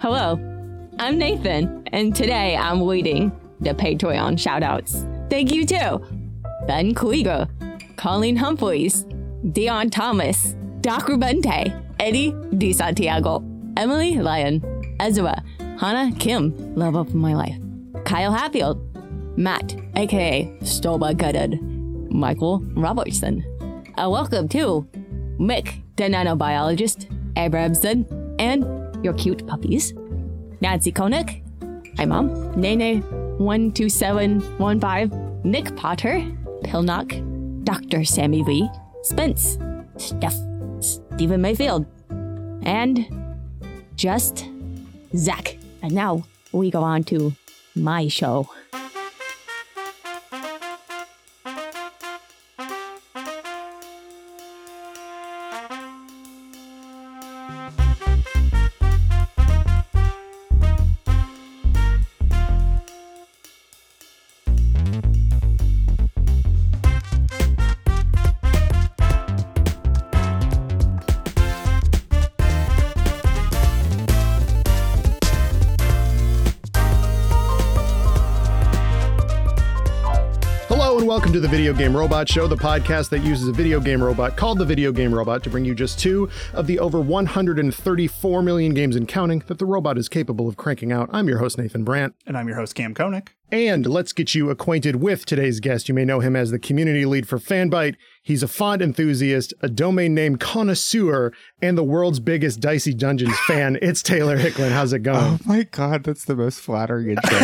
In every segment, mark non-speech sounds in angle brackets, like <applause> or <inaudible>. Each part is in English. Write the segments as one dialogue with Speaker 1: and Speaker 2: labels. Speaker 1: Hello, I'm Nathan, and today I'm leading the Patreon shoutouts. Thank you to Ben Kuigo, Colleen Humphreys, Dion Thomas, Doc Rubente, Eddie Di Santiago, Emily Lyon, Ezra, Hannah Kim, love of my life, Kyle Hatfield, Matt, aka Stoba Gutted, Michael Robertson. A welcome to Mick, the nanobiologist, Abramson, and your cute puppies, Nancy Koenig, Hi Mom, Nene12715, Nick Potter, Pilnock, Dr. Sammy V, Spence, Steph, Stephen Mayfield, and just Zach. And now we go on to my show.
Speaker 2: Hello and welcome to the Video Game Robot Show, the podcast that uses a video game robot called the Video Game Robot to bring you just two of the over 134 million games and counting that the robot is capable of cranking out. I'm your host, Nathan Brandt.
Speaker 3: And I'm your host, Cam Koenig.
Speaker 2: And let's get you acquainted with today's guest. You may know him as the community lead for Fanbyte. He's a font enthusiast, a domain name connoisseur, and the world's biggest Dicey Dungeons fan. It's Taylor Hicklin. How's it going?
Speaker 4: Oh my god, that's the most flattering intro.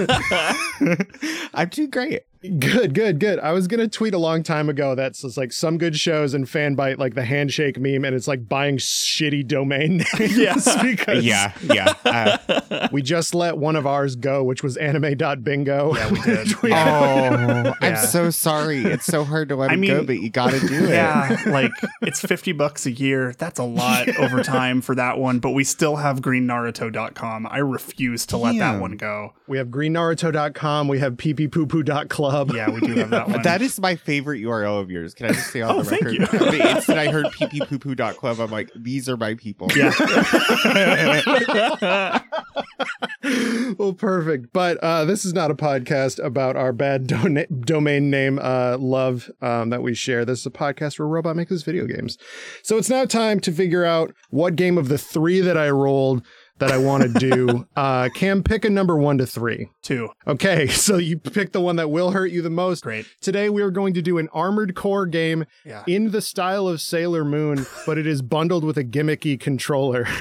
Speaker 4: ever. <laughs> I'm doing great.
Speaker 2: Good, good, good. I was gonna tweet a long time ago that's just like some good shows and fanbite like the handshake meme, and it's like buying shitty domain <laughs> names because
Speaker 4: Yeah,
Speaker 3: <laughs>
Speaker 4: yeah. Uh,
Speaker 2: we just let one of ours go, which was anime.bingo. Yeah, <laughs> we did.
Speaker 4: oh, I'm
Speaker 3: Yeah.
Speaker 4: so sorry. It's so hard to let
Speaker 3: I
Speaker 4: him go,
Speaker 3: mean,
Speaker 4: but you gotta do it.
Speaker 3: Yeah, <laughs> like it's 50 bucks a year. That's a lot over time for that one, but we still have greennaruto.com. I refuse to let
Speaker 4: Yeah.
Speaker 3: that one go.
Speaker 2: we have greennaruto.com, we have pppoo.club.
Speaker 3: Yeah, we do have
Speaker 2: <laughs>
Speaker 3: that one.
Speaker 4: That is my favorite URL of yours. Can I just say on
Speaker 3: Oh,
Speaker 4: the
Speaker 3: thank
Speaker 4: record?
Speaker 3: you.
Speaker 4: The instant I heard pppoo.club, I'm like, these are my people.
Speaker 3: Yeah.
Speaker 2: well, perfect. But uh, this is not a podcast about our bad dona- domain name uh, love um, that we share. This is a podcast where a robot makes us video games. So it's now time to figure out what game of the three that I rolled that I want to do. uh, Cam, pick a number one to three.
Speaker 3: Two.
Speaker 2: Okay, <laughs> so you pick the one that will hurt you the most.
Speaker 3: Great.
Speaker 2: Today we are going to do an armored core game
Speaker 3: Yeah.
Speaker 2: in the style of Sailor Moon, but it is bundled with a gimmicky controller. <laughs>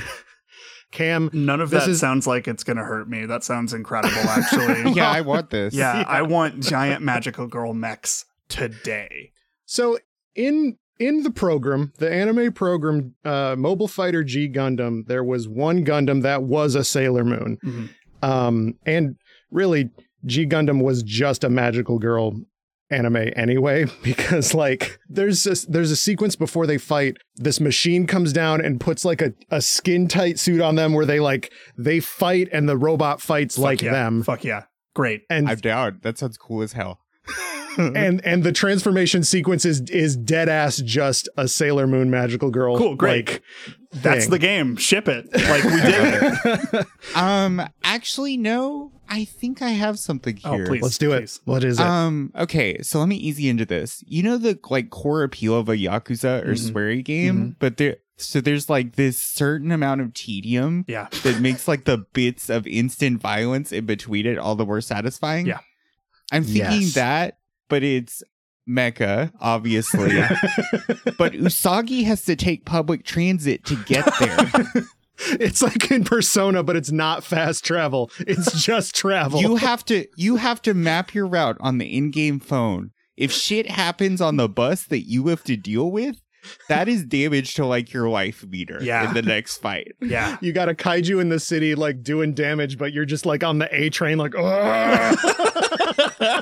Speaker 2: Cam,
Speaker 3: None of
Speaker 2: This
Speaker 3: that
Speaker 2: is-
Speaker 3: sounds like it's going to hurt me. That
Speaker 2: <laughs>
Speaker 3: sounds incredible, actually.
Speaker 4: <laughs> Yeah, I want this.
Speaker 3: Yeah, I want giant magical girl mechs today.
Speaker 2: So in in the program, the anime program, uh, Mobile Fighter G Gundam, there was one Gundam that was a Sailor Moon,
Speaker 3: Mhm.
Speaker 2: um, and really G Gundam was just a magical girl anime anyway <laughs> because like there's this, there's a sequence before they fight this machine comes down and puts like a, a skin tight suit on them where they like they fight and the robot fights
Speaker 3: Fuck
Speaker 2: like
Speaker 3: yeah.
Speaker 2: them
Speaker 3: Fuck yeah. Great.
Speaker 2: and
Speaker 4: I'm down. That sounds cool as hell.
Speaker 2: and and the transformation sequence is is dead ass just a Sailor Moon magical girl.
Speaker 3: Cool, great.
Speaker 2: like,
Speaker 3: That's
Speaker 2: thing.
Speaker 3: the game. Ship it. Like we did
Speaker 2: <laughs>
Speaker 3: it.
Speaker 4: <laughs> Um, actually, no, I think I have something
Speaker 3: Oh,
Speaker 4: here.
Speaker 3: please.
Speaker 2: Let's do it.
Speaker 3: Jeez.
Speaker 2: What is it?
Speaker 4: Um, okay, so let me easy into this. You know the like core appeal of a Yakuza or
Speaker 2: Mm-hmm.
Speaker 3: Mhm.
Speaker 4: Swery game, but there so there's like this certain amount of tedium
Speaker 3: Yeah.
Speaker 4: that makes like the bits of instant violence in between it all the more satisfying.
Speaker 3: Yeah.
Speaker 4: I'm thinking
Speaker 2: Yes.
Speaker 4: that, but it's Mecha,
Speaker 2: <laughs>
Speaker 4: obviously. but Usagi has to take public transit to get
Speaker 2: <laughs>
Speaker 4: there.
Speaker 2: it's like in Persona, but it's not fast travel. <laughs> It's just travel.
Speaker 4: you have to you have to map your route on the in-game phone. If shit happens on the bus that you have to deal with, that is damage to like your life meter
Speaker 3: Yeah.
Speaker 4: in the next
Speaker 3: <laughs>
Speaker 4: fight.
Speaker 3: Yeah.
Speaker 2: you got a kaiju in the city, like doing damage, but you're just like on the A train, like. "Ugh."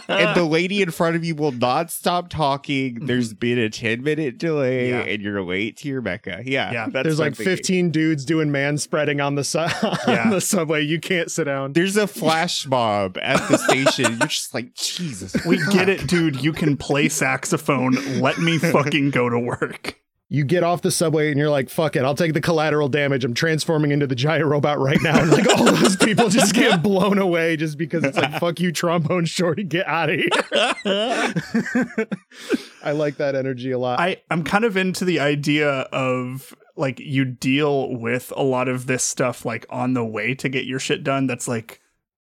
Speaker 4: and the lady in front of you will not stop talking. There's been a 10 minute delay
Speaker 3: Mm-hmm. Yeah.
Speaker 4: and you're late to your Mecca. Yeah.
Speaker 3: Yeah.
Speaker 4: that's
Speaker 2: There's
Speaker 4: what
Speaker 2: like
Speaker 4: I'm thinking.
Speaker 2: 15 dudes doing man spreading on the su- <laughs> on
Speaker 3: Yeah.
Speaker 2: the subway. You can't sit down.
Speaker 4: There's a flash mob at the station. You're just like, Jesus.
Speaker 3: We
Speaker 4: fuck.
Speaker 3: get it, dude. You can play saxophone. Let me fucking go to work.
Speaker 2: you get off the subway and you're like, fuck it, I'll take the collateral damage. I'm transforming into the giant robot right now. And like all those people just get
Speaker 3: <laughs>
Speaker 2: blown away just because it's like, fuck you, trombone shorty, get out of
Speaker 3: <laughs>
Speaker 2: here. I like that energy a lot.
Speaker 3: I, I'm kind of into the idea of like you deal with a lot of this stuff like on the way to get your shit done that's like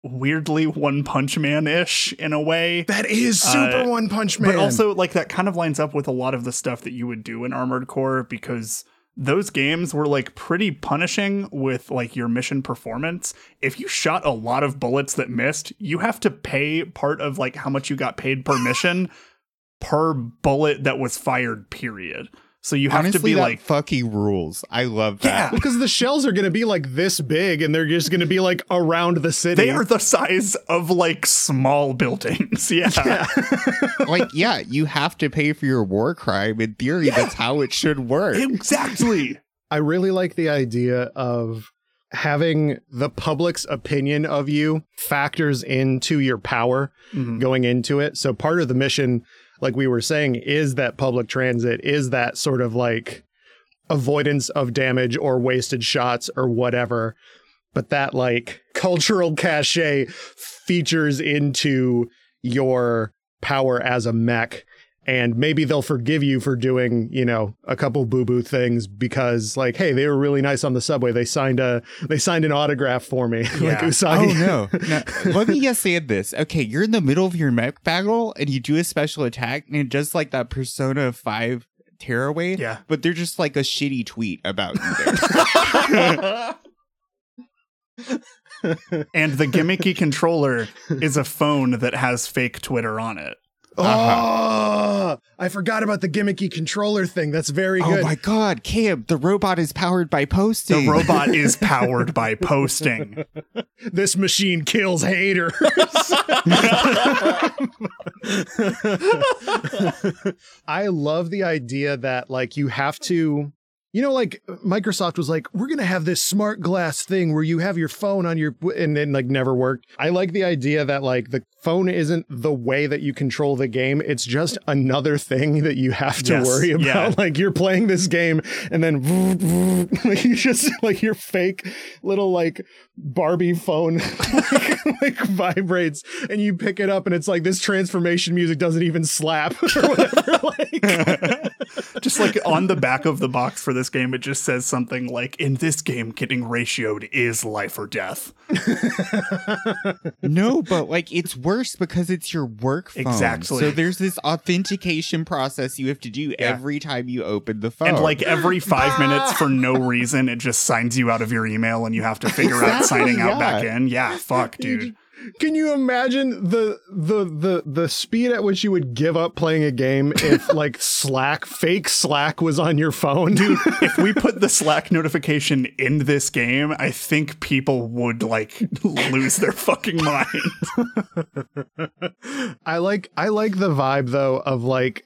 Speaker 3: weirdly one punch man ish in a way.
Speaker 2: that is super
Speaker 3: Uh,
Speaker 2: One Punch Man.
Speaker 3: But also like that kind of lines up with a lot of the stuff that you would do in Armored Core because those games were like pretty punishing with like your mission performance. If you shot a lot of bullets that missed, you have to pay part of like how much you got paid per mission per bullet that was fired period. So you have
Speaker 4: Honestly,
Speaker 3: to be
Speaker 4: that
Speaker 3: like
Speaker 4: fucking rules. I love
Speaker 3: yeah,
Speaker 4: that.
Speaker 2: because the shells are going to be like this big and they're just going to be like around the city.
Speaker 3: They are the size of like small <laughs> buildings. Yeah.
Speaker 4: like, yeah, you have to pay for your war crime. In theory, that's how it should work.
Speaker 3: Exactly.
Speaker 2: I really like the idea of having the public's opinion of you factors into your power
Speaker 3: Mm-hmm.
Speaker 2: going into it. So part of the mission, like we were saying, is that public transit, is that sort of like avoidance of damage or wasted shots or whatever. But that like <laughs> cultural cachet features into your power as a mech. And maybe they'll forgive you for doing, you know, a couple boo boo things because, like, hey, they were really nice on the subway. They signed a, they signed an autograph for me, <laughs> like
Speaker 3: Yeah.
Speaker 2: Usagi.
Speaker 4: <laughs> Oh no. no. <laughs> Let me just say this. Okay, you're in the middle of your mech battle and you do a special attack and just like that Persona 5 tearaway.
Speaker 3: Yeah.
Speaker 4: But they're just like a shitty tweet about you
Speaker 3: <laughs>
Speaker 4: there.
Speaker 3: and the gimmicky controller is a phone that has fake Twitter on it.
Speaker 2: Oh, I forgot about the gimmicky controller thing. That's very
Speaker 4: Uh-huh. oh
Speaker 2: good.
Speaker 4: my god, Cam, the robot is powered by posting.
Speaker 3: The robot <laughs> is powered by posting.
Speaker 2: this machine kills
Speaker 4: <laughs>
Speaker 2: haters. <laughs> I love the idea that like you have to you know like uh, Microsoft was like we're going to have this smart glass thing where you have your phone on your and then like never worked. I like the idea that like the phone isn't the way that you control the game. It's just another thing that you have to
Speaker 3: Yes,
Speaker 2: worry about. <laughs>
Speaker 3: yeah.
Speaker 2: Like you're playing this game and then <laughs> like you just like your fake little like Barbie phone <laughs> like, like, vibrates and you pick it up and it's like this transformation music doesn't even slap <laughs> or whatever. Like,
Speaker 3: Just like on the back of the box for this game, it just says something like, in this game, getting ratioed is life or death.
Speaker 4: <laughs> no, but like it's worse because it's your work phone.
Speaker 3: Exactly.
Speaker 4: So there's this authentication process you have to do every time you open the phone.
Speaker 3: And like every five minutes for no reason, it just signs you out of your email and you have to figure out signing out back in. Yeah, fuck, dude.
Speaker 2: can you imagine the the the the speed at which you would give up playing a game if like Slack, fake Slack was on your phone? Dude,
Speaker 3: if we put the Slack notification in this game, I think people would like lose their fucking mind.
Speaker 2: I like I like the vibe though of like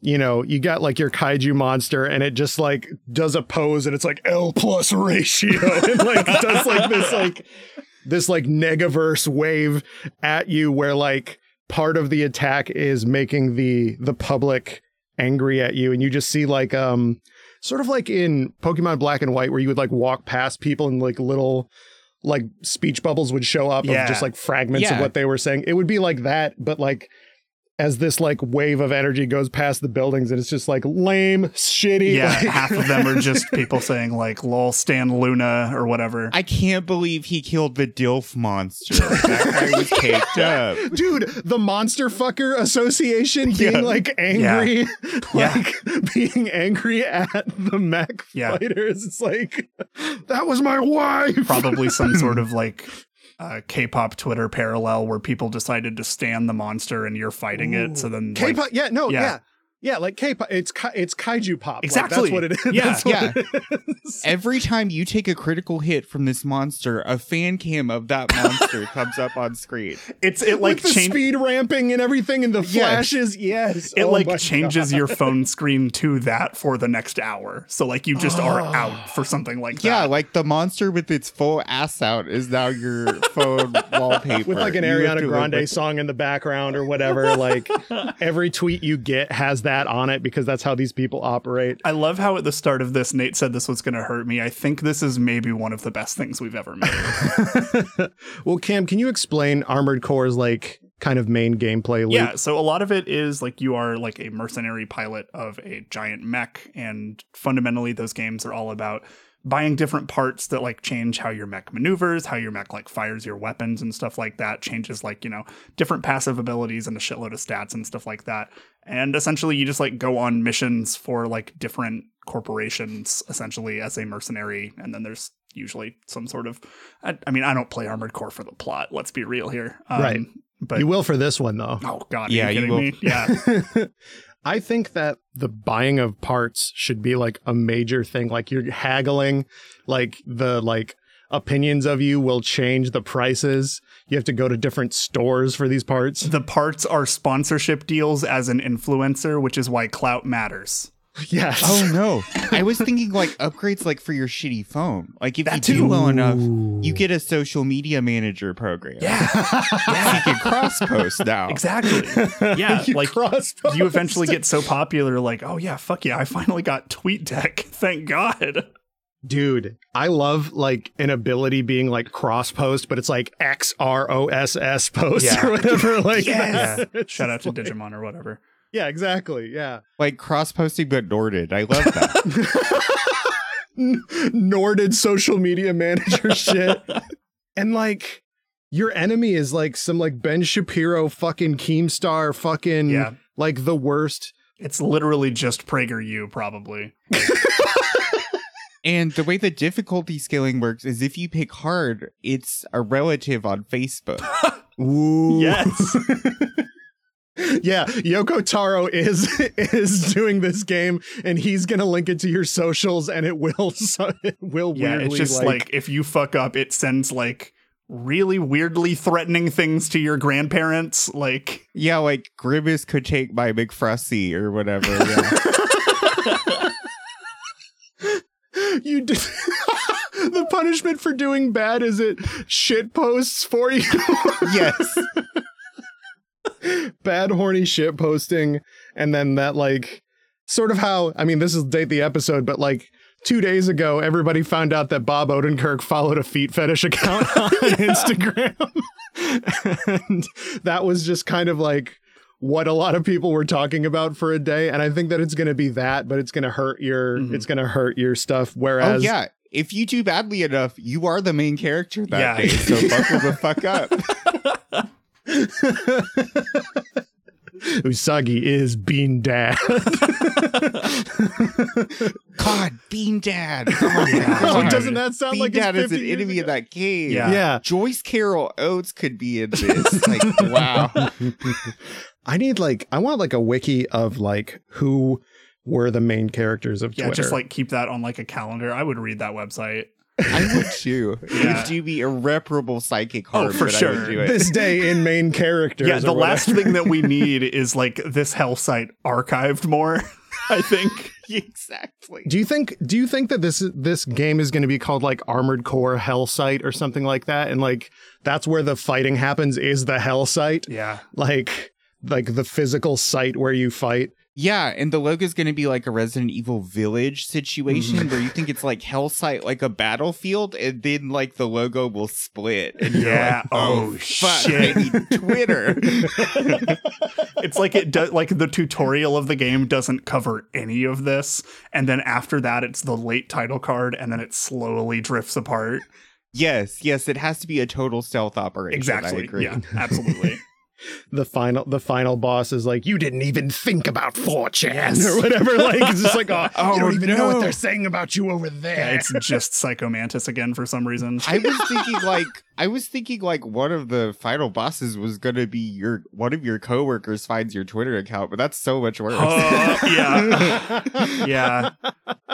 Speaker 2: you know, you got like your kaiju monster and it just like does a pose and it's like L plus ratio <laughs> and like does like this like this like negaverse wave at you where like part of the attack is making the the public angry at you and you just see like um sort of like in Pokemon Black and White where you would like walk past people and like little like speech bubbles would show up
Speaker 3: Yeah.
Speaker 2: of just like fragments of
Speaker 4: Yeah.
Speaker 2: what they were saying. It would be like that, but like as this like wave of energy goes past the buildings and it's just like lame, shitty.
Speaker 3: <laughs> yeah,
Speaker 2: like- <laughs>
Speaker 3: half of them are just people saying like "lol, Stan Luna" or whatever.
Speaker 4: I can't believe he killed the DILF monster. That guy was caked <laughs> up.
Speaker 2: Dude, the monster fucker association being
Speaker 4: Yeah.
Speaker 2: like angry, <laughs>
Speaker 3: Yeah.
Speaker 2: like being angry at the mech
Speaker 3: Yeah.
Speaker 2: fighters. It's like, that was my wife.
Speaker 3: Probably some
Speaker 2: <laughs>
Speaker 3: sort of like uh, K-pop Twitter parallel where people decided to stand the monster and you're fighting it. So then <laughs> like-
Speaker 2: K-pop, yeah, no, yeah.
Speaker 3: yeah.
Speaker 2: yeah. like K-pop, it's ki- it's kaiju pop. Like,
Speaker 3: Exactly.
Speaker 2: that's what it is. <laughs>
Speaker 3: Yeah.
Speaker 2: That's what
Speaker 4: Yeah.
Speaker 2: it
Speaker 4: Every time you take a critical hit from this monster, a fan cam of that <laughs> monster comes up on screen.
Speaker 3: it's it
Speaker 2: like
Speaker 3: like
Speaker 2: the
Speaker 3: changes.
Speaker 2: speed ramping and everything and the flashes. Yes,
Speaker 3: It
Speaker 2: Oh my
Speaker 3: like changes your phone screen to that for the next hour. So like you
Speaker 2: <gasps>
Speaker 3: just are out for something like that.
Speaker 4: Yeah, like the monster with its full ass out is now your phone <laughs> wallpaper.
Speaker 2: with like an
Speaker 4: You have
Speaker 2: Ariana
Speaker 4: to live
Speaker 2: Grande <laughs>
Speaker 4: with-
Speaker 2: song in the background or whatever. Like every tweet you get has that stat on it because that's how these people operate.
Speaker 3: I love how at the start of this, Nate said this was going to hurt me. I think this is maybe one of the best things we've ever
Speaker 2: <laughs>
Speaker 3: made.
Speaker 2: well, Cam, can you explain Armored Core's like kind of main gameplay loop?
Speaker 3: Yeah, so a lot of it is like you are like a mercenary pilot of a giant mech, and fundamentally those games are all about buying different parts that like change how your mech maneuvers, how your mech like fires your weapons and stuff like that, changes like, you know, different passive abilities and a shitload of stats and stuff like that. And essentially you just like go on missions for like different corporations essentially as a mercenary and then there's usually some sort of I, I mean I don't play armored core for the plot let's be real here um,
Speaker 2: Right.
Speaker 3: but
Speaker 2: you will for this one <laughs> though.
Speaker 3: Oh God!
Speaker 4: Yeah,
Speaker 3: are you
Speaker 4: you
Speaker 3: kidding
Speaker 4: will-
Speaker 3: me? Yeah,
Speaker 2: <laughs> I think that the buying of parts should be like a major thing. Like you're haggling, like the like opinions of you will change the prices. You have to go to different stores for these parts.
Speaker 3: <laughs> the parts are sponsorship deals as an influencer, which is why clout matters.
Speaker 2: <laughs> Yes.
Speaker 4: <laughs> Oh no. I was thinking like upgrades like for your shitty phone. Like if
Speaker 3: That
Speaker 4: you
Speaker 3: too.
Speaker 4: do well enough, you get a social media manager program.
Speaker 3: Yeah, <laughs>
Speaker 4: You can cross <laughs> post now.
Speaker 3: exactly. Yeah,
Speaker 2: <laughs> You
Speaker 3: like
Speaker 2: crossed
Speaker 3: <laughs> you eventually get so popular, like, oh yeah, fuck yeah, I finally got tweet deck. <laughs> Thank God. <laughs>
Speaker 2: Dude, I love like an ability being like cross post, but it's like X R O S S post
Speaker 4: Yeah.
Speaker 2: or
Speaker 3: <laughs>
Speaker 2: whatever. Like,
Speaker 3: Yes.
Speaker 2: that. <laughs> It's
Speaker 3: <laughs> Shout out to
Speaker 2: like-
Speaker 3: Digimon or whatever.
Speaker 2: Yeah, exactly. Yeah.
Speaker 4: Like cross posting but Norded. I love that.
Speaker 2: Norded social media <laughs> manager shit. And like your enemy is like some like Ben Shapiro fucking Keemstar fucking
Speaker 3: Yeah,
Speaker 2: like the worst.
Speaker 3: it's literally just PragerU, probably.
Speaker 4: and the way the difficulty scaling works is if you pick hard, it's a relative on Facebook.
Speaker 2: Ooh.
Speaker 3: Yes.
Speaker 2: Yeah, Yoko Taro is <laughs> is doing this game and he's going to link it to your socials and it will <laughs> so, it will
Speaker 3: <laughs> Yeah,
Speaker 2: weirdly
Speaker 3: it's just like,
Speaker 2: like
Speaker 3: if you fuck up, it sends like really weirdly threatening things to your grandparents. Like,
Speaker 4: Yeah, like Grimace could take my McFrosty or whatever. Yeah.
Speaker 2: You did. <laughs> the punishment for doing bad is it shit posts for you. <laughs>
Speaker 4: yes. Oh,
Speaker 2: bad horny shit posting, and then that like sort of how I mean this is date the episode, but like two days ago everybody found out that Bob Odenkirk followed a feet fetish account <laughs> on Instagram, and that was just kind of like what a lot of people were talking about for a day and i think that it's going to be that but it's going to hurt your
Speaker 3: Mhm.
Speaker 2: it's going to hurt your stuff
Speaker 4: Mm-hmm. Oh
Speaker 2: whereas
Speaker 4: yeah. If you do badly enough, you are the main character that
Speaker 3: Yeah.
Speaker 4: day. So buckle the fuck up.
Speaker 2: Usagi is Bean Dad. <laughs>
Speaker 4: God, Bean Dad.
Speaker 2: oh, doesn't that sound
Speaker 4: Bean
Speaker 2: like it's
Speaker 4: Dad is
Speaker 2: 50
Speaker 4: an
Speaker 2: years
Speaker 4: enemy of
Speaker 2: ago?
Speaker 4: that game?
Speaker 3: Yeah.
Speaker 2: Yeah.
Speaker 4: Joyce Carol Oates could be in this. Like, wow.
Speaker 2: I need like I want like a wiki of like who were the main characters of
Speaker 3: yeah,
Speaker 2: Twitter.
Speaker 3: just like keep that on like a calendar. I would read that website.
Speaker 4: I would too.
Speaker 3: Yeah.
Speaker 4: It would do me irreparable psychic harm,
Speaker 3: Oh, for
Speaker 4: but I
Speaker 3: sure.
Speaker 4: would do
Speaker 2: <laughs>
Speaker 4: it.
Speaker 2: this day in main characters.
Speaker 3: yeah,
Speaker 2: or
Speaker 3: the
Speaker 2: <laughs>
Speaker 3: last
Speaker 2: whatever.
Speaker 3: thing that <laughs> we need is like this hell site archived more. <laughs> I think. <laughs>
Speaker 4: exactly.
Speaker 2: Do you think do you think that this is- this game is going to be called like Armored Core Hell Site or something like that and like that's where the fighting happens is the hell site?
Speaker 3: Yeah.
Speaker 2: Like like the physical site where you fight.
Speaker 4: Yeah, and the logo is going to be like a Resident Evil Village
Speaker 3: Mm-hmm.
Speaker 4: situation where you think it's like hell site, like a battlefield, and then like the logo will split.
Speaker 3: <laughs>
Speaker 4: And <laughs> you're
Speaker 3: Yeah.
Speaker 4: like,
Speaker 3: oh,
Speaker 4: fuck,
Speaker 3: shit.
Speaker 4: maybe Twitter.
Speaker 3: <laughs> it's like it does like the tutorial of the game doesn't cover any of this. And then after that it's the late title card and then it slowly drifts apart.
Speaker 4: yes, yes, it has to be a total stealth operation. I
Speaker 3: Exactly.
Speaker 4: agree.
Speaker 3: Yeah,
Speaker 4: <laughs>
Speaker 3: absolutely.
Speaker 2: the final the final boss is like you didn't even think about 4chan <laughs> or whatever like it's just like <laughs> oh,
Speaker 4: Oh,
Speaker 2: you don't even know what
Speaker 4: no.
Speaker 2: they're saying about you over there
Speaker 3: Yeah, it's just Psychomantis again for some reason. <laughs>
Speaker 4: I was thinking like I was thinking like one of the final bosses was gonna be your one of your coworkers finds your Twitter account, but that's so much worse.
Speaker 3: Oh, yeah.
Speaker 2: <laughs>
Speaker 3: yeah.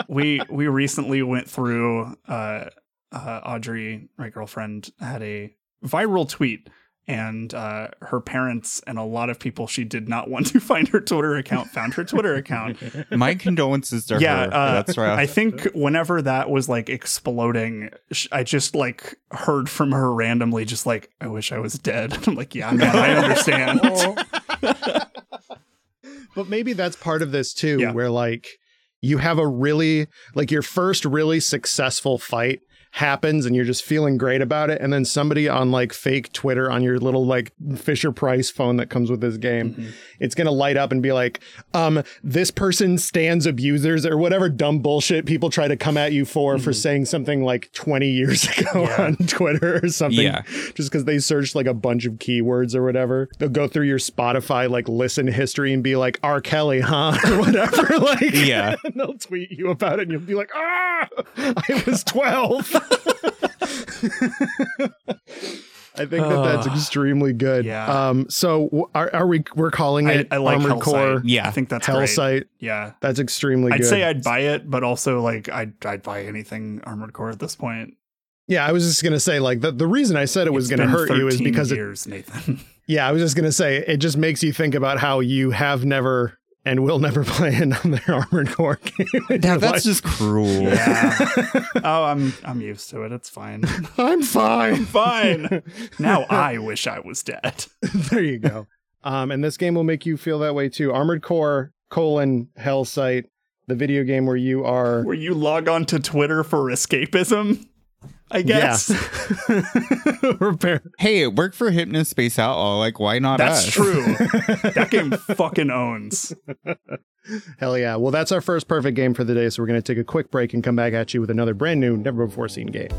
Speaker 3: We we recently went through uh, uh Audrey, my girlfriend, had a viral tweet and uh, her parents and a lot of people she did not want to <laughs> find her Twitter account found her Twitter account.
Speaker 4: <laughs> My condolences to
Speaker 3: Yeah,
Speaker 4: her.
Speaker 3: uh,
Speaker 4: that's rough.
Speaker 3: I think whenever that was like exploding, sh- I just like heard from her randomly, just like, <laughs>
Speaker 2: <laughs>
Speaker 3: I wish I was dead. I'm like, yeah, man, I understand.
Speaker 2: but maybe that's part of this too,
Speaker 3: Yeah.
Speaker 2: where like you have a really like your first really successful fight happens and you're just feeling great about it and then somebody on like fake twitter on your little like fisher price phone that comes with this game
Speaker 3: Mm-hmm.
Speaker 2: it's going to light up and be like um this person stands abusers or whatever dumb bullshit people try to come at you for for saying something like 20 years <laughs> ago
Speaker 3: Mm-hmm. Yeah.
Speaker 2: on twitter or something
Speaker 4: Yeah.
Speaker 2: just because they searched like a bunch of keywords or whatever. They'll go through your Spotify like listen history and be like R. Kelly, huh, <laughs> or whatever. Like,
Speaker 4: Yeah.
Speaker 2: <laughs> and they'll tweet you about it, and you'll be like, ah, I was twelve. <laughs> I think that that's extremely good.
Speaker 3: Yeah.
Speaker 2: Um. So w- are, are we? We're calling
Speaker 3: I,
Speaker 2: it
Speaker 3: I like
Speaker 2: Armored
Speaker 3: Hellsite.
Speaker 2: Core
Speaker 4: Yeah.
Speaker 3: I think that's
Speaker 2: Hell
Speaker 3: great.
Speaker 2: Site.
Speaker 3: Yeah.
Speaker 2: That's extremely.
Speaker 3: I'd
Speaker 2: good.
Speaker 3: say I'd buy it, but also like I'd I'd buy anything Armored Core at this point.
Speaker 2: Yeah, I was just gonna say like the the reason I said it was
Speaker 3: It's
Speaker 2: gonna
Speaker 3: been
Speaker 2: hurt you is
Speaker 3: 13
Speaker 2: because it <laughs>
Speaker 3: years, Nathan.
Speaker 2: Yeah, I was just gonna say it just makes you think about how you have never and will never <laughs> play another armored core game. in your
Speaker 3: <laughs>
Speaker 4: that's
Speaker 2: life.
Speaker 4: just cruel.
Speaker 3: yeah. <laughs> oh, I'm I'm used to it.
Speaker 2: <laughs>
Speaker 3: It's fine.
Speaker 2: I'm fine.
Speaker 3: fine.
Speaker 2: <laughs>
Speaker 3: Now I wish I was dead.
Speaker 2: there you go. <laughs> Um, and this game will make you feel that way too. Armored Core colon Hell Site, the video game where you <laughs> are.
Speaker 3: Where you log on to Twitter for escapism,
Speaker 2: <laughs>
Speaker 3: I guess.
Speaker 2: Repair.
Speaker 4: Hey, it worked for Hypnospace Outlaw. Like, why not
Speaker 3: That's
Speaker 2: <laughs>
Speaker 4: us?
Speaker 3: true. that game fucking owns.
Speaker 2: Hell yeah. Well, that's our first perfect game for the day. So we're going to take a quick break and come back at you with another brand new, never before seen game.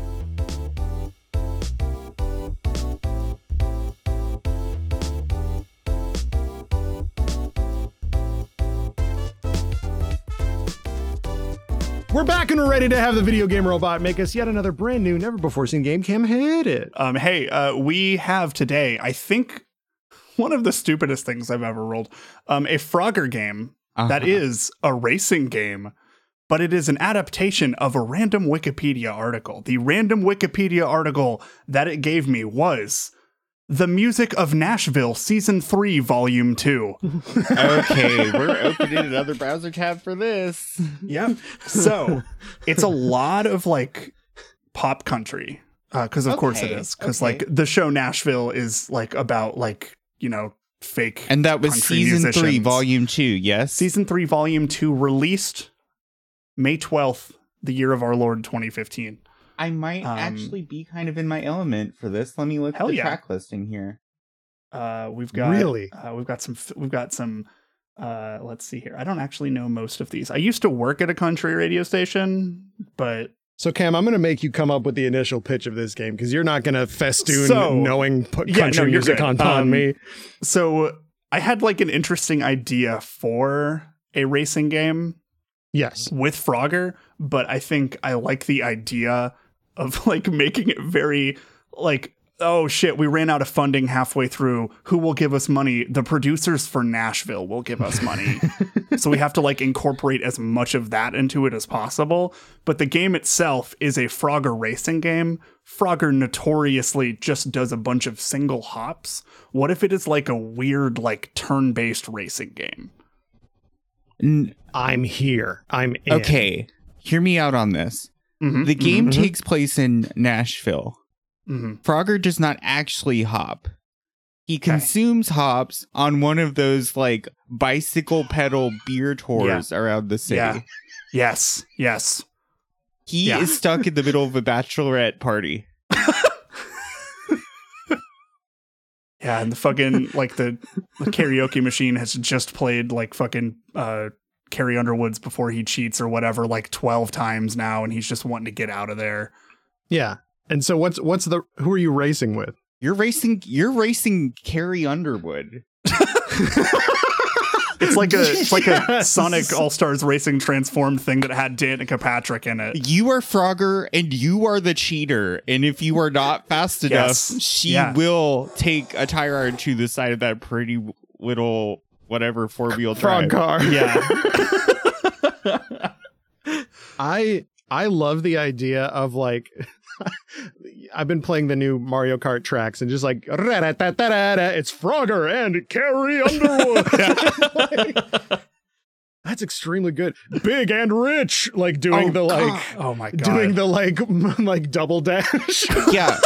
Speaker 2: We're back and we're ready to have the video game robot make us yet another brand new, never before seen game. Cam, hit it.
Speaker 3: Um, hey, uh, we have today, I think, one of the stupidest things I've ever rolled. Um, a Frogger game that
Speaker 4: Uh-huh.
Speaker 3: is a racing game, but it is an adaptation of a random Wikipedia article. The random Wikipedia article that it gave me was The Music of Nashville, Season 3, Volume 2.
Speaker 4: <laughs>
Speaker 3: <laughs>
Speaker 4: okay, we're opening another browser tab for this.
Speaker 3: Yep. So
Speaker 4: <laughs>
Speaker 3: it's a lot of like pop country because of course it
Speaker 4: Okay,
Speaker 3: is because
Speaker 4: okay.
Speaker 3: like the show Nashville is like about like you know fake
Speaker 4: And that was
Speaker 3: Country
Speaker 4: season three,
Speaker 3: musicians.
Speaker 4: volume two. Yes.
Speaker 3: season three volume two released May twelfth the year of our Lord twenty fifteen.
Speaker 4: I might
Speaker 3: Um,
Speaker 4: actually be kind of in my element for this. Let me look at
Speaker 3: Hell
Speaker 4: the
Speaker 3: yeah.
Speaker 4: track listing here.
Speaker 3: Uh, we've got
Speaker 2: Really?
Speaker 3: uh, we've got some f- we've got some. Uh, let's see here. I don't actually know most of these. I used to work at a country radio station, but
Speaker 2: So Cam, I'm going to make you come up with the initial pitch of this game because you're not going to festoon
Speaker 3: So-
Speaker 2: knowing p-
Speaker 3: Yeah, no,
Speaker 2: country
Speaker 3: you're
Speaker 2: music
Speaker 3: good.
Speaker 2: on, on
Speaker 3: Um,
Speaker 2: me.
Speaker 3: so I had like an interesting idea for a racing game
Speaker 2: Yes.
Speaker 3: with Frogger, but I think I like the idea of <laughs> like making it very like oh shit, we ran out of funding halfway through. Who will give us money? The producers for Nashville will give us money. so we have to like incorporate as much of that into it as possible, but the game itself is a Frogger racing game. Frogger notoriously just does a bunch of single hops. What if it is like a weird like turn-based racing game?
Speaker 4: N-
Speaker 2: I'm here. I'm in.
Speaker 4: okay, hear me out on this.
Speaker 3: Mhm,
Speaker 4: The game
Speaker 2: mhm.
Speaker 4: takes place in Nashville.
Speaker 3: mhm.
Speaker 4: Frogger does not actually hop. He consumes hops on one of those like bicycle pedal beer tours around the city.
Speaker 3: Yeah. Yes. Yes.
Speaker 4: He
Speaker 3: Yeah.
Speaker 4: is stuck in the middle of a bachelorette party.
Speaker 3: Yeah, and the fucking like the, the karaoke machine has just played like fucking uh Carrie Underwood's before he cheats or whatever like twelve times now, and he's just wanting to get out of there.
Speaker 2: Yeah. And so what's what's the who are you racing with?
Speaker 4: You're racing you're racing Carrie Underwood.
Speaker 3: It's like a it's like a
Speaker 2: <laughs> Yes.
Speaker 3: Sonic All Stars Racing transformed thing that had Danica Patrick in it.
Speaker 4: You are Frogger and you are the cheater. And if you are not fast enough,
Speaker 3: Yes.
Speaker 4: she
Speaker 3: Yeah.
Speaker 4: will take a tire iron to the side of that pretty w- little whatever four wheel
Speaker 2: Frog
Speaker 4: drive.
Speaker 2: car.
Speaker 3: Yeah,
Speaker 2: I I love the idea of like <laughs> I've been playing the new Mario Kart tracks and just like "Ra-ra-ta-ta-ra-ra, it's Frogger and Carrie Underwood. That's extremely good. Big and rich, like <laughs> doing
Speaker 3: Oh,
Speaker 2: the like
Speaker 3: God. oh my god,
Speaker 2: doing <laughs> the like like double dash.
Speaker 3: <laughs>
Speaker 4: yeah.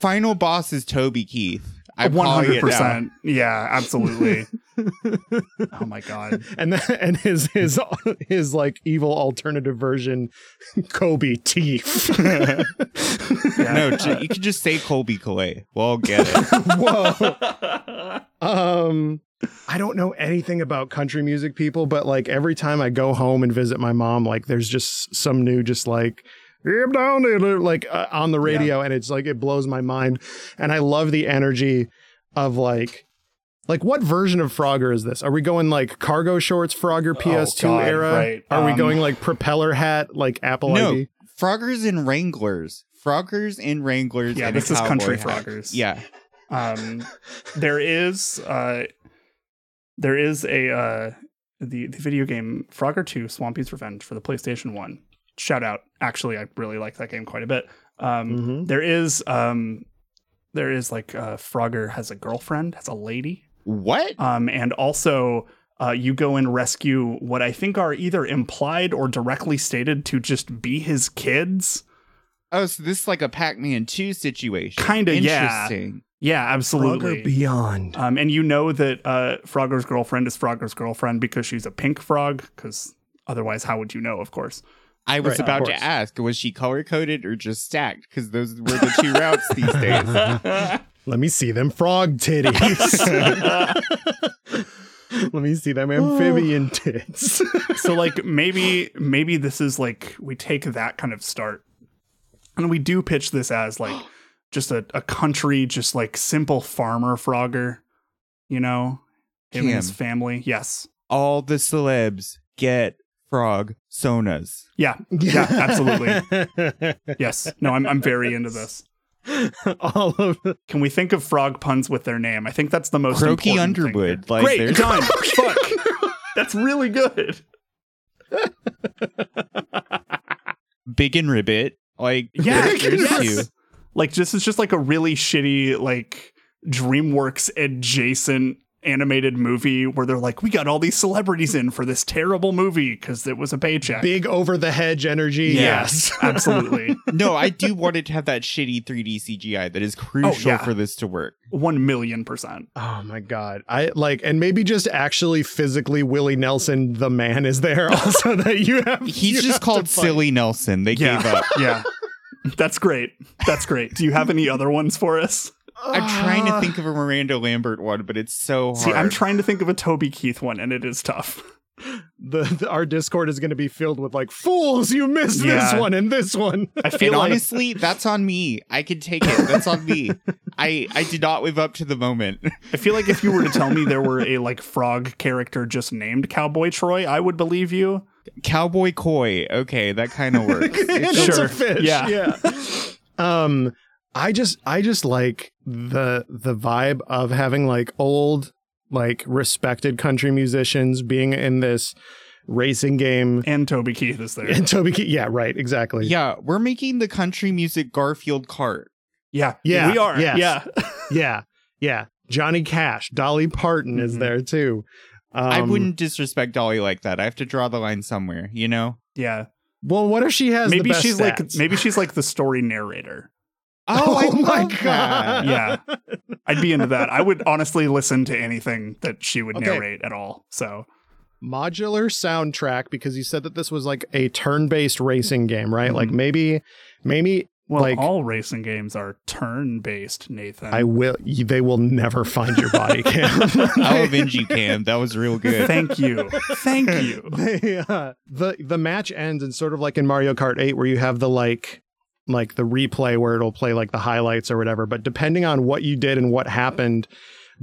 Speaker 4: Final boss is Toby Keith. I'm
Speaker 3: One
Speaker 4: calling
Speaker 3: hundred
Speaker 4: it now.
Speaker 3: percent. Yeah,
Speaker 2: <laughs>
Speaker 3: absolutely. oh my god.
Speaker 2: and then, <laughs> and his his his like evil alternative version, Kobe <laughs> Teeth.
Speaker 3: Yeah.
Speaker 4: No, ju- you can just say Colby Calais. We'll all get it.
Speaker 3: <laughs>
Speaker 2: Whoa. <laughs> um, I don't know anything about country music people, but like every time I go home and visit my mom, like there's just some new, just like. "Yeah, down there," Like uh, on the radio, and it's like it blows my mind, and I love the energy of like, like what version of Frogger is this? Are we going like cargo shorts Frogger PS2
Speaker 3: Oh, God,
Speaker 2: era?
Speaker 3: right.
Speaker 2: Are we
Speaker 3: Um,
Speaker 2: going like propeller hat like Apple
Speaker 4: no,
Speaker 2: ID?
Speaker 4: Froggers and Wranglers. Froggers and Wranglers.
Speaker 3: Yeah,
Speaker 4: and a
Speaker 3: this is country
Speaker 4: cowboy hat.
Speaker 3: froggers.
Speaker 4: Yeah.
Speaker 3: um there is uh there is a uh the the video game frogger 2 swampy's revenge for the playstation 1 shout out actually i really like that game quite a bit um
Speaker 2: Mhm.
Speaker 3: there is um there is like uh frogger has a girlfriend has a lady
Speaker 4: What?
Speaker 3: um and also uh, you go and rescue what I think are either implied or directly stated to just be his kids.
Speaker 4: Oh, so this is like a Pac-Man 2 situation.
Speaker 3: Kinda, yeah.
Speaker 4: Interesting.
Speaker 3: Yeah, absolutely.
Speaker 2: Frogger Beyond.
Speaker 3: Um, and you know that uh, Frogger's girlfriend is Frogger's girlfriend because she's a pink frog, because otherwise, how would you know, of course?
Speaker 4: I was
Speaker 2: Right, of
Speaker 4: about
Speaker 2: course.
Speaker 4: to ask, was she color coded or just stacked? Because those were the two routes
Speaker 3: <laughs>
Speaker 4: these days.
Speaker 2: Let me see them frog
Speaker 3: <laughs>
Speaker 2: titties. <laughs> Let me see them amphibian
Speaker 3: Oh.
Speaker 2: tits.
Speaker 3: so, like, maybe, maybe this is like we take that kind of start and we do pitch this as like just a, a country, just like simple farmer Frogger, you know, him and his
Speaker 4: Kim.
Speaker 3: family. Yes.
Speaker 4: All the celebs get frog sonas.
Speaker 3: Yeah. <laughs> Yeah, absolutely. Yes. No, I'm, I'm very into this.
Speaker 2: <laughs> All of the-
Speaker 3: Can we think of frog puns with their name? I think that's the most
Speaker 4: Croaky
Speaker 3: important thing here.
Speaker 4: Underwood. Like
Speaker 3: Great, <laughs>
Speaker 4: there's-
Speaker 3: done. Fuck. That's really good.
Speaker 4: Big and Ribbit. Like
Speaker 3: Yeah, <laughs>
Speaker 4: there's
Speaker 3: yes.
Speaker 4: two.
Speaker 3: Like this is just like a really shitty like DreamWorks adjacent animated movie where they're like, we got all these celebrities in for this terrible movie because it was a paycheck.
Speaker 2: big over the hedge energy.
Speaker 4: Yeah.
Speaker 2: Yes.
Speaker 3: <laughs> Absolutely,
Speaker 4: No, I do want it to have that shitty 3D CGI that is crucial
Speaker 3: Oh, yeah.
Speaker 4: for this to work.
Speaker 3: one million percent.
Speaker 2: Oh my god. I like and maybe just actually physically Willie Nelson the man is there <laughs> also that you have you
Speaker 4: He's
Speaker 2: have
Speaker 4: just
Speaker 2: to
Speaker 4: called
Speaker 2: fight.
Speaker 4: Silly Nelson. They gave <laughs> up.
Speaker 3: yeah, that's great. That's great. Do you have any other ones for us?
Speaker 4: I'm trying
Speaker 3: <laughs>
Speaker 4: to think of a Miranda Lambert one, but it's so hard.
Speaker 3: See, I'm trying to think of a Toby Keith one, and it is tough.
Speaker 2: the, the- our Discord is going to be filled with like fools you missed this
Speaker 3: Yeah.
Speaker 2: one and this one. <laughs>
Speaker 3: I feel
Speaker 4: and
Speaker 3: like
Speaker 4: honestly, that's on me. I can take it. That's on me. I I did not live up to the moment.
Speaker 3: I feel like if you were to tell me there were a like frog character just named Cowboy Troy, I would believe you.
Speaker 4: Cowboy Coy. Okay, that kind of works. It's
Speaker 2: It's
Speaker 3: Sure.
Speaker 2: a fish.
Speaker 3: Yeah.
Speaker 2: um I just I just like the the vibe of having like old like respected country musicians being in this racing game
Speaker 3: And Toby Keith is there.
Speaker 2: and Toby Keith, yeah right exactly
Speaker 4: Yeah, we're making the country music Garfield cart.
Speaker 3: Yeah.
Speaker 2: Yeah,
Speaker 3: We are.
Speaker 2: yes.
Speaker 3: Yeah.
Speaker 2: yeah yeah Johnny Cash Dolly Parton is
Speaker 3: Mhm.
Speaker 2: there too um,
Speaker 4: I wouldn't disrespect Dolly like that. I have to draw the line somewhere, you know?
Speaker 3: Yeah.
Speaker 2: well what if she has the
Speaker 3: Maybe
Speaker 2: best
Speaker 3: she's like
Speaker 2: stats?
Speaker 3: maybe she's like the story narrator.
Speaker 2: Oh,
Speaker 4: I
Speaker 2: my
Speaker 4: love
Speaker 2: God.
Speaker 4: that.
Speaker 3: Yeah. I'd be into that. I would honestly listen to anything that she would
Speaker 2: Okay.
Speaker 3: narrate at all. So
Speaker 2: modular soundtrack because you said that this was like a turn-based racing game right like
Speaker 3: Mhm.
Speaker 2: maybe maybe
Speaker 3: well
Speaker 2: like
Speaker 3: all racing games are turn based, Nathan.
Speaker 2: I will. They will never find your body cam.
Speaker 4: I'll avenge you, Cam. That was real good.
Speaker 3: Thank you. Thank you.
Speaker 2: <laughs> they, uh, the the match ends and sort of like in Mario Kart 8 where you have the like like the replay where it'll play like the highlights or whatever but depending on what you did and what happened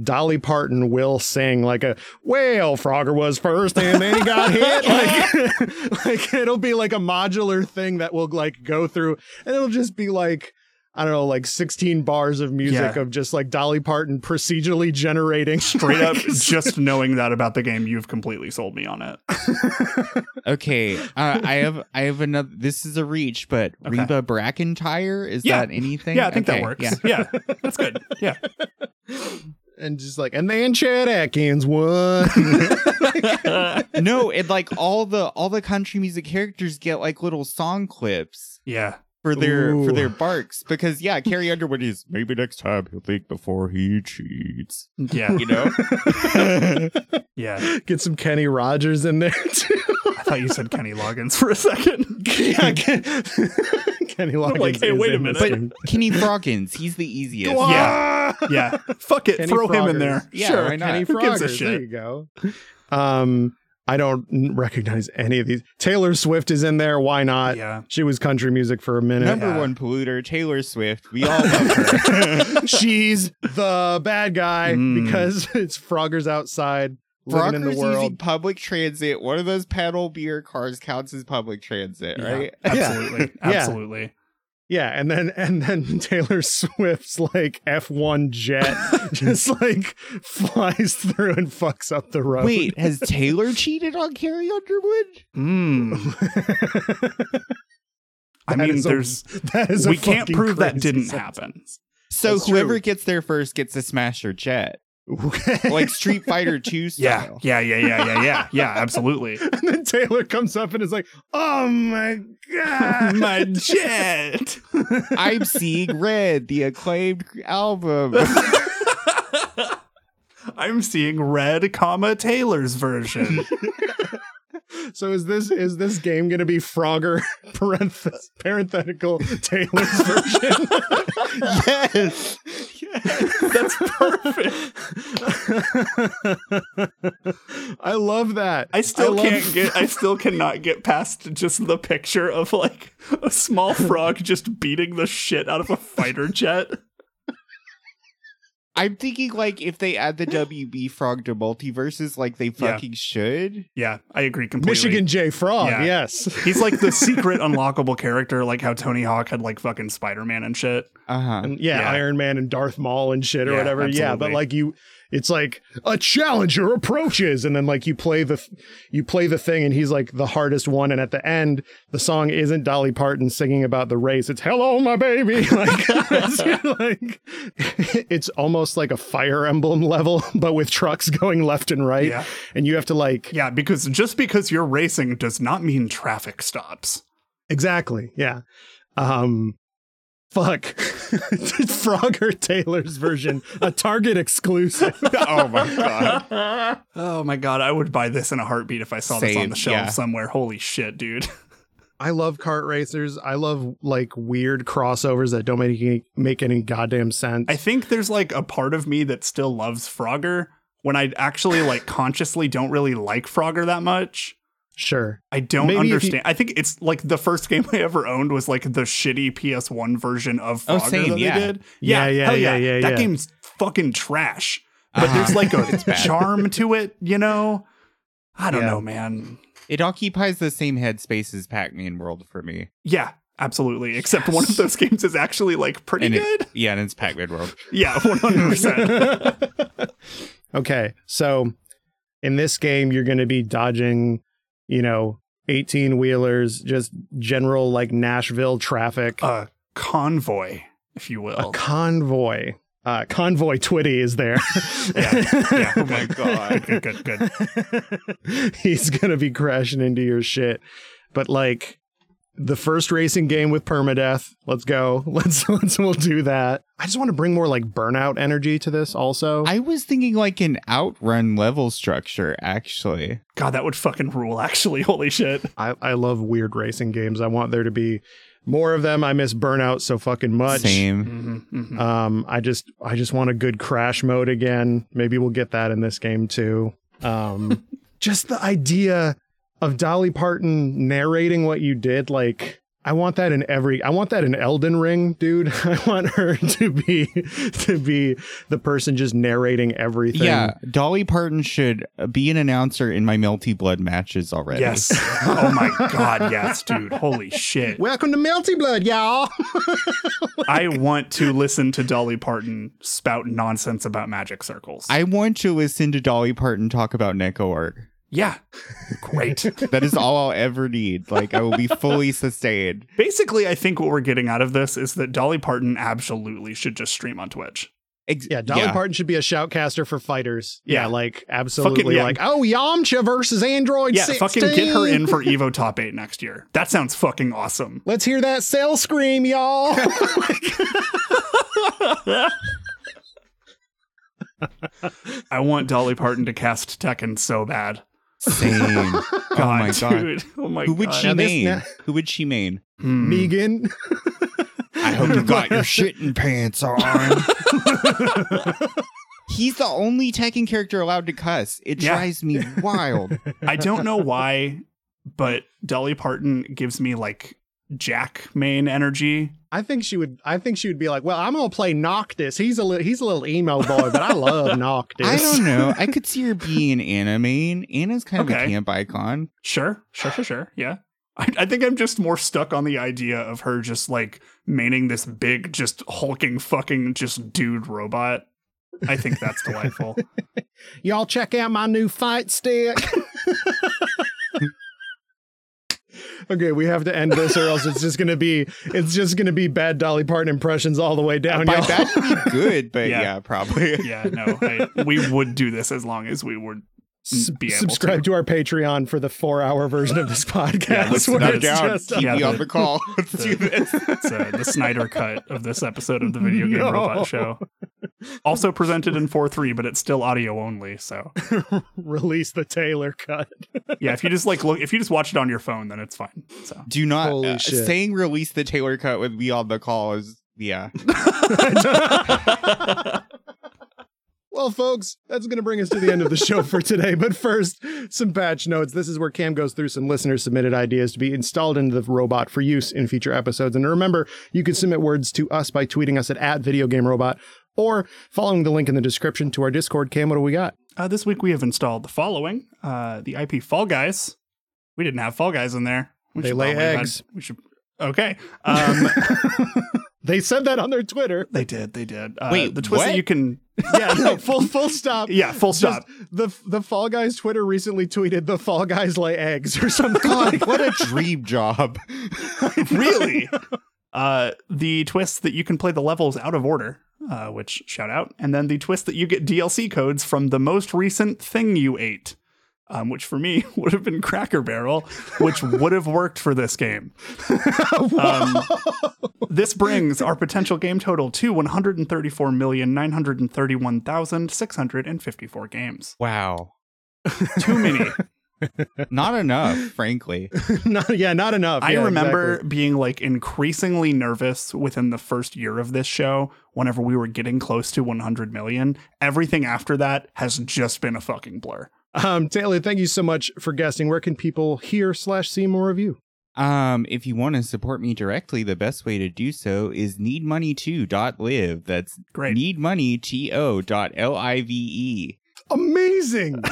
Speaker 2: Dolly Parton will sing like a well Frogger was first and then he got hit <laughs> like <laughs> like it'll be like a modular thing that will like go through and it'll just be like I don't know like 16 bars of music
Speaker 3: Yeah.
Speaker 2: of just like Dolly Parton procedurally generating
Speaker 3: Straight
Speaker 2: <laughs> <laughs>
Speaker 3: up
Speaker 2: like,
Speaker 3: just knowing that about the game, you've completely sold me on it.
Speaker 4: Okay, uh, I have I have another. This is a reach, but
Speaker 3: Okay.
Speaker 4: Reba Brackentire is
Speaker 3: Yeah.
Speaker 4: that anything?
Speaker 3: Yeah, I think
Speaker 4: Okay,
Speaker 3: that works.
Speaker 4: yeah.
Speaker 3: Yeah. That's good. Yeah.
Speaker 2: and just like and then Chad Atkins what
Speaker 4: no, and like all the all the country music characters get like little song clips.
Speaker 3: Yeah.
Speaker 4: for their for
Speaker 2: Ooh.
Speaker 4: their barks because
Speaker 2: <laughs>
Speaker 4: yeah, Carrie Underwood is maybe next time he'll think before he cheats.
Speaker 3: Yeah,
Speaker 4: You
Speaker 2: <laughs>
Speaker 4: know,
Speaker 3: yeah.
Speaker 2: Get some Kenny Rogers in there too.
Speaker 3: I thought you said Kenny Loggins for a second.
Speaker 2: <laughs> yeah, Ken- Kenny Loggins.
Speaker 3: like, hey,
Speaker 2: is
Speaker 3: wait a
Speaker 2: in this
Speaker 3: minute.
Speaker 2: thing.
Speaker 4: Kenny Froggins, he's the easiest.
Speaker 2: Go
Speaker 3: Yeah.
Speaker 2: on!
Speaker 3: Yeah, fuck it,
Speaker 2: Ah! Kenny
Speaker 3: throw him in
Speaker 2: Froggers.
Speaker 3: there.
Speaker 4: Yeah,
Speaker 3: sure.
Speaker 4: why not?
Speaker 2: Kenny
Speaker 3: Who gives a
Speaker 2: Froggers, There
Speaker 3: shit?
Speaker 2: you go. Um, I don't n- recognize any of these. Taylor Swift is in there. Why not?
Speaker 3: Yeah.
Speaker 2: She was country music for a minute.
Speaker 4: Number
Speaker 3: Yeah.
Speaker 4: one polluter, Taylor Swift. We all love her.
Speaker 2: She's the bad guy
Speaker 3: Mm.
Speaker 2: because <laughs> it's Froggers outside <laughs> living in
Speaker 4: Brockers
Speaker 2: the world.
Speaker 4: using public transit. One of those paddle beer cars counts as public transit,
Speaker 3: Yeah,
Speaker 4: right?
Speaker 3: Absolutely.
Speaker 2: <laughs> Yeah.
Speaker 3: Absolutely.
Speaker 2: Yeah, and then <laughs> and then Taylor Swift's like F one
Speaker 3: <laughs>
Speaker 2: jet just like flies through and fucks up the road.
Speaker 4: Wait, has Taylor cheated on Carrie Underwood?
Speaker 3: Mm. I
Speaker 2: That
Speaker 3: mean,
Speaker 2: is a-
Speaker 3: there's
Speaker 2: <laughs> that is a
Speaker 3: we can't
Speaker 2: fucking
Speaker 3: prove that
Speaker 2: crazy
Speaker 3: didn't
Speaker 2: sentence.
Speaker 3: happen.
Speaker 4: So
Speaker 2: That's
Speaker 4: whoever
Speaker 2: true.
Speaker 4: gets there first gets to smash her jet,
Speaker 2: Okay.
Speaker 4: like Street Fighter
Speaker 3: <laughs>
Speaker 4: Two
Speaker 3: Yeah,
Speaker 4: style.
Speaker 3: yeah, yeah, yeah, yeah, yeah, yeah. Absolutely.
Speaker 2: <laughs> and then Taylor comes up and is like, "Oh my god,
Speaker 3: My jet.
Speaker 4: I'm seeing red, the acclaimed
Speaker 3: <laughs>
Speaker 4: album.
Speaker 3: I'm seeing red, comma Taylor's version.
Speaker 2: So is this is this game gonna be Frogger <laughs> parenthes- parenthetical Taylor's version?
Speaker 4: yes.
Speaker 3: That's perfect.
Speaker 2: <laughs> I love that.
Speaker 3: I still
Speaker 2: love-
Speaker 3: can't get.
Speaker 2: <laughs>
Speaker 3: I still cannot get past just the picture of like a small frog just beating the shit out of a fighter jet.
Speaker 4: I'm thinking like if they add the WB frog to multiverses like they fucking should.
Speaker 3: Yeah, I agree completely.
Speaker 2: Michigan J Frog.
Speaker 3: Yeah.
Speaker 2: Yes.
Speaker 3: He's like the secret unlockable character, like how Tony Hawk had like fucking Spider Man and shit.
Speaker 4: Uh-huh.
Speaker 3: <laughs>
Speaker 2: And yeah,
Speaker 3: Yeah.
Speaker 2: Iron Man and Darth Maul and shit or
Speaker 3: Yeah,
Speaker 2: whatever. Yeah, but
Speaker 3: absolutely.
Speaker 2: like you, it's like a challenger approaches, and then like you play the you play the thing, and he's like the hardest one, and at the end, the song isn't Dolly Parton singing about the race; it's "Hello, my baby." <laughs> Like, it's, <laughs> like, it's almost like a Fire Emblem level, <laughs> but with trucks going left and right,
Speaker 3: Yeah.
Speaker 2: and you have to like
Speaker 3: Yeah, because just because you're racing does not mean traffic stops. <laughs>
Speaker 2: exactly, yeah. Um, fuck, <laughs> Frogger Taylor's version, a Target exclusive.
Speaker 4: oh my god.
Speaker 3: Oh my god, I would buy this in a heartbeat if I saw this on
Speaker 4: Same,
Speaker 3: the shelf
Speaker 4: yeah.
Speaker 3: somewhere. Holy shit, dude. <laughs>
Speaker 2: I love kart racers. I love like weird crossovers that don't make any, make any goddamn sense.
Speaker 3: I think there's like a part of me that still loves Frogger when I actually like consciously don't really like Frogger that much.
Speaker 2: sure. <laughs>
Speaker 3: I don't
Speaker 2: Maybe if you-
Speaker 3: understand. I think it's like the first game I ever owned was like the shitty PS1 version of
Speaker 4: Oh,
Speaker 3: Frogger
Speaker 4: same,
Speaker 3: that
Speaker 4: yeah.
Speaker 3: they did.
Speaker 2: Yeah, yeah,
Speaker 3: hell
Speaker 2: yeah, yeah,
Speaker 3: That
Speaker 2: yeah.
Speaker 3: game's fucking trash. But
Speaker 4: Uh-huh.
Speaker 3: there's
Speaker 4: <laughs>
Speaker 3: like
Speaker 4: It's
Speaker 3: a
Speaker 4: bad.
Speaker 3: charm to it, you know? I don't
Speaker 2: Yeah.
Speaker 3: know, man.
Speaker 4: It occupies the same headspace as Pac-Man World for me.
Speaker 3: Yeah, absolutely. Except one of those games is actually like pretty
Speaker 4: And it-
Speaker 3: good.
Speaker 4: Yeah, and it's Pac-Man World. <laughs>
Speaker 3: Yeah, 100%.
Speaker 2: <laughs> Okay. So in this game, you're going to be dodging, you know, 18 wheelers, just general like Nashville traffic.
Speaker 3: a convoy, if you
Speaker 2: a
Speaker 3: will.
Speaker 2: convoy. Uh, convoy Twitty is there.
Speaker 3: Yeah, yeah.
Speaker 4: <laughs>
Speaker 3: <laughs>
Speaker 4: Oh
Speaker 2: <laughs>
Speaker 4: my god.
Speaker 3: good, good, good.
Speaker 2: he's gonna be crashing into your shit. But like the first racing game with permadeath, let's go. <laughs> Let's let's we'll do that. I just want to bring more like burnout energy to this also.
Speaker 4: I was thinking like an outrun level structure, actually.
Speaker 3: God, that would fucking rule, actually. <laughs> Holy shit.
Speaker 2: I, I love weird racing games. I want there to be more of them. I miss burnout so fucking much.
Speaker 4: Same.
Speaker 3: Mm-hmm,
Speaker 2: Um I just I just want a good crash mode again. Maybe we'll get that in this game too. Um <laughs> just the idea of Dolly Parton narrating what you did, like I want that in every I want that in Elden Ring, dude. <laughs> I want her to be to be the person just narrating everything.
Speaker 4: Yeah, Dolly Parton should be an announcer in my Melty Blood matches already.
Speaker 3: Yes. <laughs> oh my God, yes, dude. Holy shit.
Speaker 2: Welcome to Melty Blood, y'all. <laughs>
Speaker 3: I want to listen to Dolly Parton spout nonsense about magic circles.
Speaker 4: I want to listen to Dolly Parton talk about Neko Arc.
Speaker 3: yeah. Great.
Speaker 4: That is all I'll ever need. Like I will be fully sustained.
Speaker 3: Basically, I think what we're getting out of this is that Dolly Parton absolutely should just stream on Twitch.
Speaker 4: Ex-
Speaker 2: Yeah, Dolly
Speaker 4: yeah.
Speaker 2: Parton should be a shoutcaster for fighters. Yeah,
Speaker 3: Yeah.
Speaker 2: like absolutely,
Speaker 3: yeah.
Speaker 2: like oh Yamcha versus Android.
Speaker 3: Yeah,
Speaker 2: 16.
Speaker 3: fucking get her in for Evo Top 8 next year. That sounds fucking awesome.
Speaker 2: Let's hear that cell scream, <laughs> y'all.
Speaker 3: I want Dolly Parton to cast Tekken so bad.
Speaker 4: Same. oh
Speaker 3: God,
Speaker 4: my god.
Speaker 3: dude. Oh my
Speaker 4: Who would
Speaker 3: god.
Speaker 4: she
Speaker 2: this
Speaker 4: main?
Speaker 2: na-
Speaker 4: Who would she main?
Speaker 3: Hmm.
Speaker 2: Megan.
Speaker 4: I hope you
Speaker 2: <laughs>
Speaker 4: got your shitting pants on. He's the only Tekken character allowed to cuss. It
Speaker 3: Yeah.
Speaker 4: drives me wild.
Speaker 3: I don't know why, but Dolly Parton gives me like Jack main energy.
Speaker 2: I think she would. I think she would be like, well, I'm gonna play Noctis. He's a li- he's a little emo boy, but I
Speaker 4: <laughs>
Speaker 2: love Noctis.
Speaker 4: I don't know. I could see her being Anna main. Anna's kind of a
Speaker 3: Okay.
Speaker 4: camp icon.
Speaker 3: Sure, sure, sure, sure. Yeah. I, I think I'm just more stuck on the idea of her just like maining this big, just hulking fucking just dude robot. I think that's
Speaker 4: <laughs>
Speaker 3: delightful.
Speaker 2: Y'all check out my new fight stick. okay, we have to end this, or else it's just gonna be it's just gonna be bad Dolly Parton impressions all the way down.
Speaker 4: By
Speaker 2: y'all.
Speaker 4: bad, it'd be good, but
Speaker 3: Yeah.
Speaker 4: yeah, probably. <laughs>
Speaker 3: yeah, no, I, we would do this as long as we were.
Speaker 2: <laughs> S-
Speaker 3: be able
Speaker 2: subscribe to. our Patreon for the four-hour version of this
Speaker 3: Yeah,
Speaker 2: podcast.
Speaker 3: let's
Speaker 2: where
Speaker 3: not
Speaker 2: it's
Speaker 4: down.
Speaker 2: just uh,
Speaker 4: Keep
Speaker 3: Yeah,
Speaker 4: me
Speaker 3: the-
Speaker 4: on the call. Let's <laughs> do this.
Speaker 3: It's uh, the Snyder cut of this episode of the Video Game
Speaker 2: No.
Speaker 3: Robot Show. Also presented in 4 3, but it's still audio only. So,
Speaker 2: release the Taylor cut.
Speaker 3: yeah, if you just like look, if you just watch it on your phone, then it's fine. So,
Speaker 4: Do not
Speaker 2: Holy
Speaker 4: uh,
Speaker 2: shit.
Speaker 4: saying release the Taylor cut with me on the call is yeah.
Speaker 2: Well, folks, that's going to bring us to the end of the show for today. But first, some patch notes. This is where Cam goes through some listener submitted ideas to be installed into the robot for use in future episodes. And remember, you can submit words to us by tweeting us at, at @videogamerobot or following the link in the description to our Discord. Cam, what do we got?
Speaker 3: Uh, this week we have installed the following: uh, the IP Fall Guys. We didn't have Fall Guys in there. We
Speaker 2: They
Speaker 3: should
Speaker 2: lay
Speaker 3: probably have
Speaker 2: eggs.
Speaker 3: we should. Okay. Um,
Speaker 2: <laughs> They said that on their Twitter.
Speaker 3: they did. They did. Uh,
Speaker 4: Wait,
Speaker 3: the twist that
Speaker 4: what?
Speaker 3: you can. <laughs>
Speaker 2: Yeah, no, full full stop.
Speaker 3: Yeah. Full stop.
Speaker 2: Just the the Fall Guys Twitter recently tweeted the Fall Guys lay eggs or
Speaker 3: <laughs>
Speaker 2: something. <laughs>
Speaker 4: God, what a dream job.
Speaker 3: really. <laughs> Uh, the twist that you can play the levels out of order. Uh, which shout out, and then the twist that you get DLC codes from the most recent thing you ate, um, which for me <laughs> would have been Cracker Barrel, which would have worked for this game. Um, this brings our potential game total to 134,931,654 games.
Speaker 4: Wow.
Speaker 3: Too many.
Speaker 4: Not enough, frankly.
Speaker 2: not, yeah, not enough.
Speaker 3: I
Speaker 2: Yeah,
Speaker 3: remember
Speaker 2: exactly.
Speaker 3: being like increasingly nervous within the first year of this show whenever we were getting close to 100 million. Everything after that has just been a fucking blur.
Speaker 2: Um, Taylor, thank you so much for guesting. Where can people hear slash see more of you?
Speaker 4: Um, if you want to support me directly, the best way to do so is needmoney2.live. That's
Speaker 3: Great.
Speaker 4: needmoneyto.live.
Speaker 2: Amazing.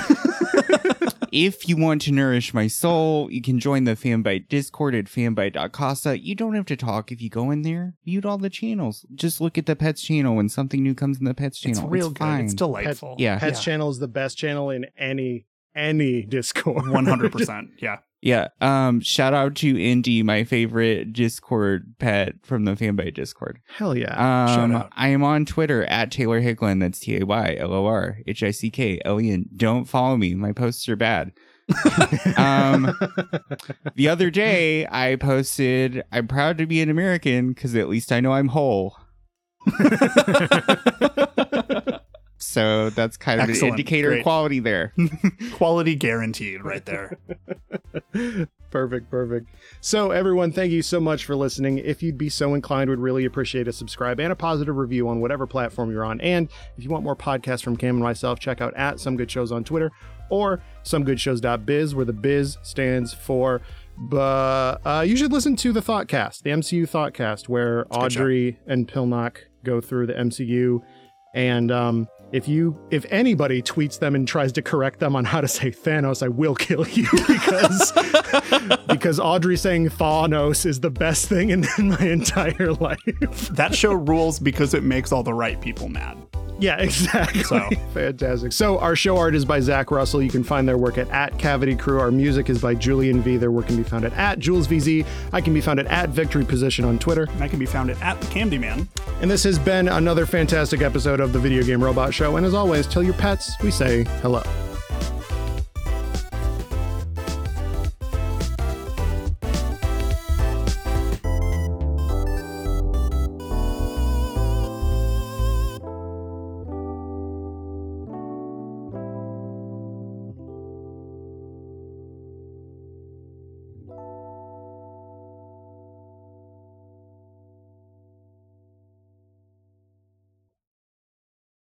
Speaker 4: If you want to nourish my soul, you can join the fanbite Discord at fanbite.casa. You don't have to talk if you go in there. Mute all the channels. Just look at the pets channel when something new comes in the pets channel.
Speaker 3: It's real good.
Speaker 4: fine.
Speaker 3: It's delightful. <laughs>
Speaker 4: yeah,
Speaker 2: Pets channel is the best channel in any any Discord. <laughs>
Speaker 3: 100%. Yeah.
Speaker 4: yeah. Um, shout out to Indy, my favorite Discord pet from the fanbite Discord.
Speaker 2: Hell yeah.
Speaker 3: Ah, Shout
Speaker 4: Um,
Speaker 3: out.
Speaker 4: I am on Twitter at Taylor Hicklin. That's T A Y L O R H I C K L E N. Don't follow me. My posts
Speaker 3: <laughs>
Speaker 4: are bad. um, the other day, I posted, I'm proud to be an American because at least I know
Speaker 3: <laughs>
Speaker 4: I'm whole. so that's kind of
Speaker 3: Excellent.
Speaker 4: an indicator
Speaker 3: Great.
Speaker 4: of quality there.
Speaker 3: Quality guaranteed right there.
Speaker 2: Perfect, perfect. So, everyone, thank you so much for listening. If you'd be so inclined, would really appreciate a subscribe and a positive review on whatever platform you're on. And if you want more podcasts from Cam and myself, check out at Some Good Shows on Twitter or somegoodshows.biz, where the biz stands for. But uh, you should listen to the Thoughtcast, the MCU Thoughtcast, where Audrey and Pilnock go through the MCU. And um, if you, if anybody tweets them and tries to correct them on how to say Thanos, I will kill you <laughs> because because Audrey saying Thanos is the best thing in, in my entire <laughs> life.
Speaker 3: That show rules because it makes all the right people mad.
Speaker 2: Yeah, exactly.
Speaker 4: <laughs>
Speaker 3: So-
Speaker 2: Fantastic. So our show art is by Zach Russell. You can find their work at, at Cavity Crew. Our music is by Julian V. Their work can be found at, at JulesVZ. I can be found at, at Victory Position on Twitter.
Speaker 3: And I can be found at, at the Candy Man.
Speaker 2: And this has been another fantastic episode of the Video Game Robot Show. And as always, tell your pets we say hello.